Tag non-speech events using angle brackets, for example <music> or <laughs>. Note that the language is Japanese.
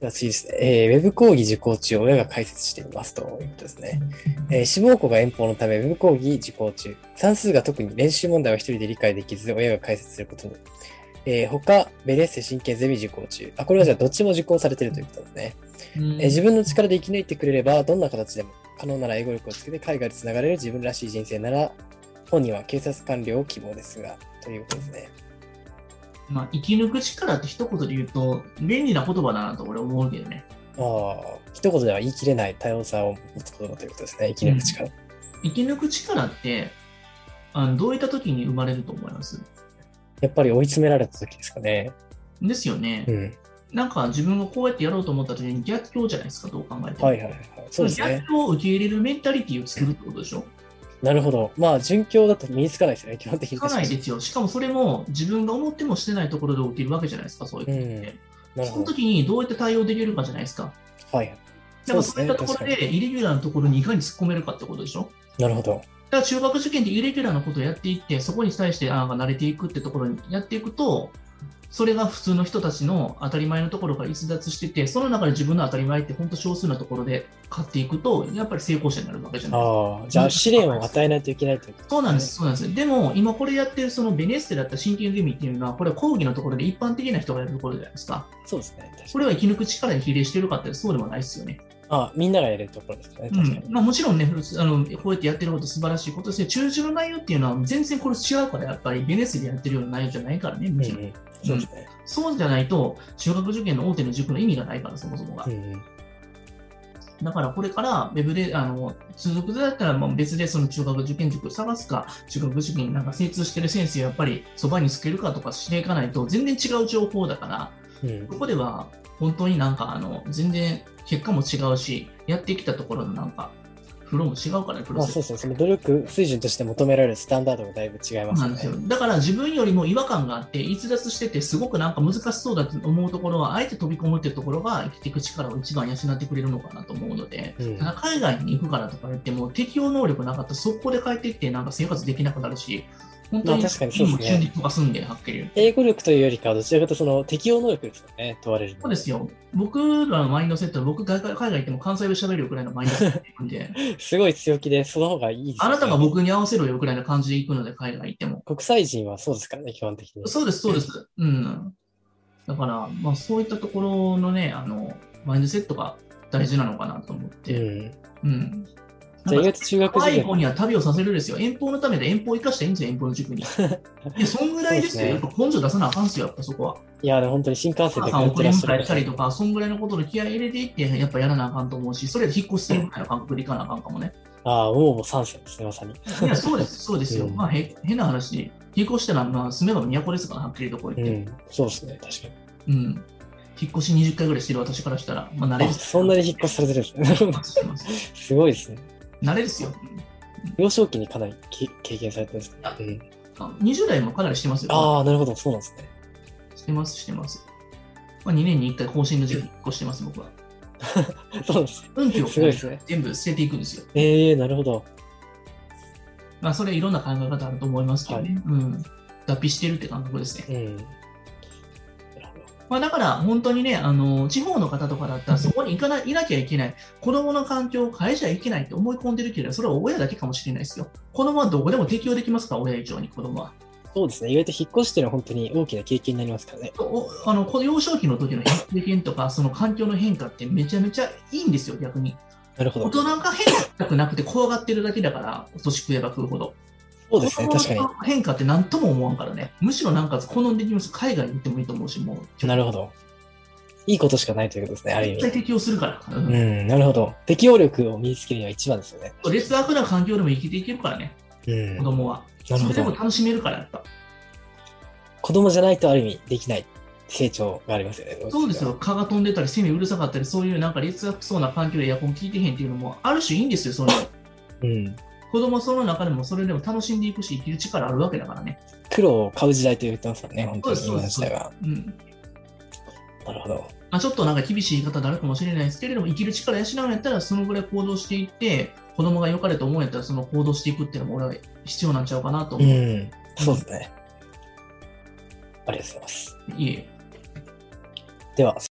では次ですね、えーウェブ講義受講中、親が解説していますということですね。えー志望校が遠方のため、ウェブ講義受講中。算数が特に練習問題は一人で理解できず、親が解説することに。えー他、ベレッセ神経ゼミ受講中。あ、これはじゃあどっちも受講されてるということですね。うんえー自分の力で生き抜いてくれれば、どんな形でも可能なら英語力をつけて海外でつながれる自分らしい人生なら、本人は警察官僚を希望ですが、ということですね。まあ、生き抜く力って一言で言うと、便利な言葉だなと俺思うけどね。ああ、一言では言い切れない多様さを持つ言葉ということですね。生き抜く力。生き抜く力って、あのどういった時に生まれると思いますやっぱり追い詰められた時ですかね。ですよね。うん。なんか自分がこうやってやろうと思った時に逆境じゃないですか、どう考えても。はいはいはい。そうですね。逆境を受け入れるメンタリティを作るってことでしょなるほど。まあ、順教だと身につかないですよね、基本的に。つかないですよ。しかもそれも自分が思ってもしてないところで起きるわけじゃないですか、そういう時って。なるそほの時にどうやって対応できるかじゃないですか。ど。はい。でもそういったところ確かでイレギュラーのところにいかに突っ込めるかってことでしょに。なるほど。だから中学受験でイレギュラーなことをやっていって、そこに対してああ慣れていくってところにやっていくと、それが普通の人たちの当たり前のところから逸脱してて、その中で自分の当たり前って本当少数なところで勝っていくと、やっぱり成功者になるわけじゃないですか。ああ、じゃあ試練を与えないといけないということ、そうなんです、。そうなんです。でも、今これやってるそのベネッセだった神経組っていうのは、これは講義のところで一般的な人がやるところじゃないですか。そうですね。確こかれに。は生き抜く力に比例してるかってそうでもないですよね。ああみんながやれるところですかね。う確かに。んまあ、もちろんね、ふるあのこうやってやってること素晴らしいことですけど、中旬の内容っていうのは全然これ違うから、やっぱりベネッセでやってるような内容じゃないからね、うもんうちろん。ん。そうですね。そうじゃないと、中学受験の大手の塾の意味がないから、そもそもがう。んうん。だからこれから、ウェブで、あの、続くだったら、まあ別でその中学受験塾探すか、中学受験になんか精通してる先生をやっぱりそばにつけるかとかしていかないと、全然違う情報だから、うんここでは本当になんか、あの、全然結果も違うし、やってきたところのなんか、フローも違うからね、プロまあセスそうですね、その努力水準として求められるスタンダードもだいぶ違いますなよんですよね。だから自分よりも違和感があって逸脱しててすごくなんか難しそうだと思うところはあえて飛び込むっていうところが生きていく力を一番養ってくれるのかなと思うので、うんただ海外に行くからとか言っても適応能力なかったら速攻で帰ってきてなんか生活できなくなるし本当にまあ確かにそうですね中にとか住んではっきり言って。英語力というよりかは、どちらかというとその適応能力ですよね、問われるのはそうですよ僕らのマインドセットは僕が海外行っても関西弁喋るよくらいのマインドセットで行くんですごい強気で、その方がいいです、ね。あなたが僕に合わせろよくらいの感じで行くので海外行っても国際人はそうですからね、基本的に。そうです、そうです。うん。だから、まあ、そういったところのね、あの、マインドセットが大事なのかなと思っうて。ん。うん。じゃあな意外んかと中学若受い験子には旅をさせるですよ。遠方のためで遠方行かしていいんですよ、遠方の塾 <laughs> に。いや、そんぐらいですよ。そうやでっすぱ根性出さなあかんすよ、やっぱそこは。いや、でも本当に新幹お線母でさん通っ送てりらっし迎ゃえるしたりとか、そんぐらいのことで気合い入れていって、やっぱやらなあかんと思うし、それで引っ越しするぐらいの感覚でいかなあかんかも <laughs> ね。ああ、もう3世ですね、まさに。いや、そうです、そうですよ。うんまあ、へ変な話、引っ越したら、まあ、住めば都ですから、はっきりとこうう言って。ん、そうですね、確かうん。引っ越し20回ぐらいしてる私からしたら、まあ、慣れに。であす。そんなに引っ越しされてるんですね <laughs> なるほど。すごいですね。 <laughs> 慣れですよ。うん幼少期にかなりき経験されてるんですね。うん、あ20代もかなりしてますよ。ああ、なるほど、そうなんですね。してます、してます。まあ、2年に1回更新の時期引っ越してます、僕は。そうなん <laughs> ですね。運気をすごいですね全部捨てていくんですよ。ええなるほど。まあ、それいろんな考え方あると思いますけどね。うん。脱皮してるって感覚ですね。うん。なるほど。まあ、だから、本当にね、あの、地方の方とかだったら、そこに行かな、いなきゃいけない、子供の環境を変えちゃいけないって思い込んでるけど、それは親だけかもしれないですよ。子供はどこでも適応できますから、親以上に子供は。そうですね、意外と引っ越しっていうのは本当に大きな経験になりますからね。おあのこの幼少期の時の経験とか、その環境の変化ってめちゃめちゃいいんですよ、逆に。なるほ大ど。人が変化したくなくて怖がってるだけだから、お年食えば食うほど。そうですね、子供の確かに。変化って何とも思わんからね。むしろなんか好んできます。海外に行ってもいいと思うし、もう。なるほど。いいことしかないということですね、ある意絶対味。適応するから。ううんん、なるほど。適応力を身につけるには一番ですよね。劣悪な環境でも生きていけるからね、うん子。供は。なるほそれでもど。楽しめるから、やっぱ。子供じゃないとある意味できない成長がありますよね。そうですよ。。蚊が飛んでたり、セミうるさかったり、そういうなんか劣悪そうな環境でエアコン効いてへんっていうのも、ある種いいんですよ、その。うん。子供はその中でもそれでも楽しんでいくし生きる力あるわけだからね。苦労を買う時代と言ってますからね、本当にそう今のです時そうです代は。うんなるほど。まあ、ちょっとなんか厳しい言い方になるかもしれないですけれども生きる力養うんやったらそのぐらい行動していって子供が良かれと思うんやったらその行動していくっていうのも俺は必要なんちゃうかなとう思う。いん。そうですね。ありがとうございます。えいえでは、